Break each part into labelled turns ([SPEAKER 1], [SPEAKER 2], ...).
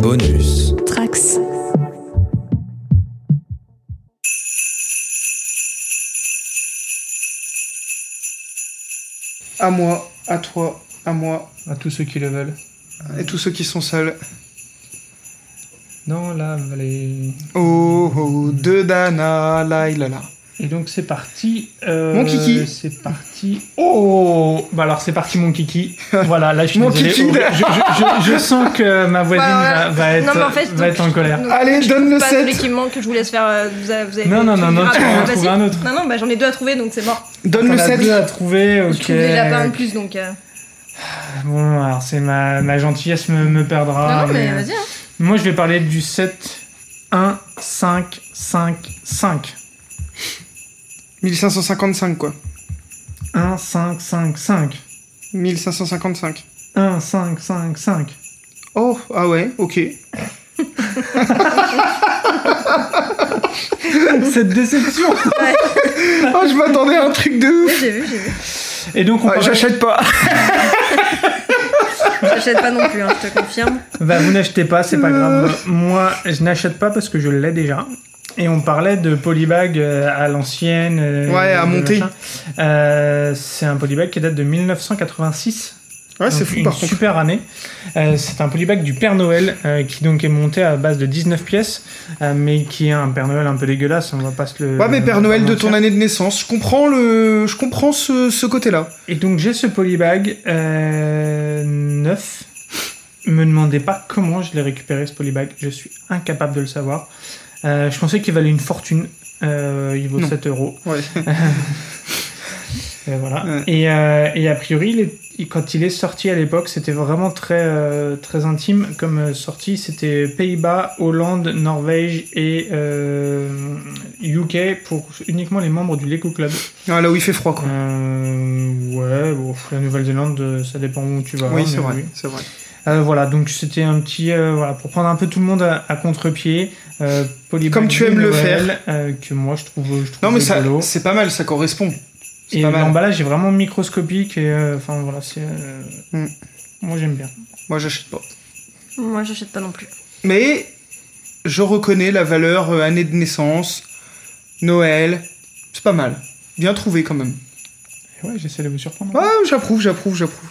[SPEAKER 1] Bonus.
[SPEAKER 2] Trax.
[SPEAKER 3] À moi, à toi, à moi,
[SPEAKER 4] à tous ceux qui le veulent.
[SPEAKER 3] et tous ceux qui sont seuls.
[SPEAKER 4] Dans la vallée.
[SPEAKER 3] Oh, oh, de Dana, la, la, la.
[SPEAKER 4] Et donc c'est parti. euh,
[SPEAKER 3] Mon kiki.
[SPEAKER 4] C'est parti. Oh Bah alors c'est parti mon kiki. Voilà, là je suis
[SPEAKER 3] Mon
[SPEAKER 4] désolé.
[SPEAKER 3] kiki
[SPEAKER 4] Oh,
[SPEAKER 3] de-
[SPEAKER 4] je, je- je- je sens que ma voisine va,
[SPEAKER 5] Bah, voilà.
[SPEAKER 4] va être,
[SPEAKER 5] Non, mais en fait,
[SPEAKER 4] va
[SPEAKER 5] donc,
[SPEAKER 4] être en colère.
[SPEAKER 5] donc,
[SPEAKER 3] Allez,
[SPEAKER 5] je
[SPEAKER 3] donne
[SPEAKER 5] trouve
[SPEAKER 3] le
[SPEAKER 5] pas
[SPEAKER 3] set.
[SPEAKER 5] celui qui me manque que je vous laisse faire. euh, Vous avez, vous avez
[SPEAKER 4] Non, non, non, non,
[SPEAKER 5] Ah,
[SPEAKER 4] tu
[SPEAKER 5] bon,
[SPEAKER 4] vas en
[SPEAKER 5] bah,
[SPEAKER 4] trouver
[SPEAKER 5] si.
[SPEAKER 4] un autre.
[SPEAKER 5] Non, non, bah, j'en ai deux à trouver donc c'est mort.
[SPEAKER 3] Donne
[SPEAKER 4] T'en
[SPEAKER 3] le
[SPEAKER 4] as
[SPEAKER 3] set.
[SPEAKER 4] deux à trouver, ok.
[SPEAKER 5] Je trouve déjà pas un de plus donc. euh,
[SPEAKER 4] Bon, alors c'est ma, ma gentillesse me, me perdra.
[SPEAKER 5] non, non, mais
[SPEAKER 4] mais, euh,
[SPEAKER 5] vas-y. hein.
[SPEAKER 4] Moi je vais parler du 7 1 5 5 5.
[SPEAKER 3] 1555, quoi.
[SPEAKER 4] 1 5 5 5.
[SPEAKER 3] 1555.
[SPEAKER 4] 1 5 5 5.
[SPEAKER 3] Oh, ah ouais, ok.
[SPEAKER 4] Cette déception.
[SPEAKER 3] Oh, je m'attendais à un truc de
[SPEAKER 5] Oui,
[SPEAKER 3] ouf.
[SPEAKER 5] J'ai vu, j'ai vu.
[SPEAKER 4] Et donc on
[SPEAKER 3] Ah,
[SPEAKER 4] parle-
[SPEAKER 3] J'achète pas.
[SPEAKER 5] J'achète pas non plus, hein, je te confirme.
[SPEAKER 4] Bah, vous n'achetez pas, c'est pas grave.
[SPEAKER 3] Euh.
[SPEAKER 4] Moi, je n'achète pas parce que je l'ai déjà. Et on parlait de polybag euh, à l'ancienne. euh,
[SPEAKER 3] Ouais, à
[SPEAKER 4] de
[SPEAKER 3] monter.
[SPEAKER 4] machin. Euh, c'est un polybag qui date de 1986.
[SPEAKER 3] Ouais, c'est
[SPEAKER 4] Donc,
[SPEAKER 3] fou
[SPEAKER 4] une
[SPEAKER 3] par contre.
[SPEAKER 4] Super année. Euh, c'est un polybag du Père Noël euh, qui donc est monté à base de 19 pièces, euh, mais qui est un Père Noël un peu dégueulasse. On va pas se le.
[SPEAKER 3] Ouais, mais Père Noël de ton
[SPEAKER 4] mentir.
[SPEAKER 3] année de naissance, je comprends le, je comprends ce, ce côté-là.
[SPEAKER 4] Et donc j'ai ce polybag euh, neuf. Me demandez pas comment je l'ai récupéré ce polybag, je suis incapable de le savoir. Euh, je pensais qu'il valait une fortune. Euh, il vaut
[SPEAKER 3] Non.
[SPEAKER 4] 7 euros.
[SPEAKER 3] Ouais.
[SPEAKER 4] Et voilà.
[SPEAKER 3] Ouais.
[SPEAKER 4] Et, euh, et a priori, il est- il- quand il est sorti à l'époque, c'était vraiment très, euh, très intime comme euh, sortie. C'était Pays-Bas, Hollande, Norvège et euh, UK pour uniquement les membres du Lego Club.
[SPEAKER 3] Ah, là où il fait froid, quoi.
[SPEAKER 4] Euh, ouais, bon, pff, la Nouvelle-Zélande, euh, ça dépend où tu vas.
[SPEAKER 3] oui,
[SPEAKER 4] mais
[SPEAKER 3] c'est vrai,
[SPEAKER 4] oui.
[SPEAKER 3] c'est vrai.
[SPEAKER 4] Euh, voilà, donc c'était un petit. euh, voilà, pour prendre un peu tout le monde à, à contre-pied. euh, polybag
[SPEAKER 3] Comme tu
[SPEAKER 4] de
[SPEAKER 3] aimes le
[SPEAKER 4] Noël, euh, que moi je trouve. Je trouve
[SPEAKER 3] Non, mais ça,
[SPEAKER 4] rigolo.
[SPEAKER 3] c'est pas mal, ça correspond. c'est
[SPEAKER 4] Et
[SPEAKER 3] pas mal.
[SPEAKER 4] l'emballage est vraiment microscopique. Et euh, enfin, voilà, c'est. euh,
[SPEAKER 3] Mm.
[SPEAKER 4] Moi j'aime bien.
[SPEAKER 3] Moi, j'achète pas.
[SPEAKER 5] Moi, j'achète pas non plus.
[SPEAKER 3] Mais je reconnais la valeur euh, année de naissance, Noël. C'est pas mal. Bien trouvé quand même.
[SPEAKER 4] Et ouais, j'essaie de vous surprendre.
[SPEAKER 3] Ouais, j'approuve, j'approuve, j'approuve.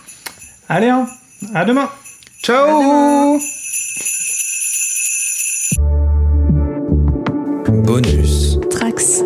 [SPEAKER 4] Allez, hein, à demain!
[SPEAKER 3] Ciao
[SPEAKER 1] Bonus.
[SPEAKER 2] Trax.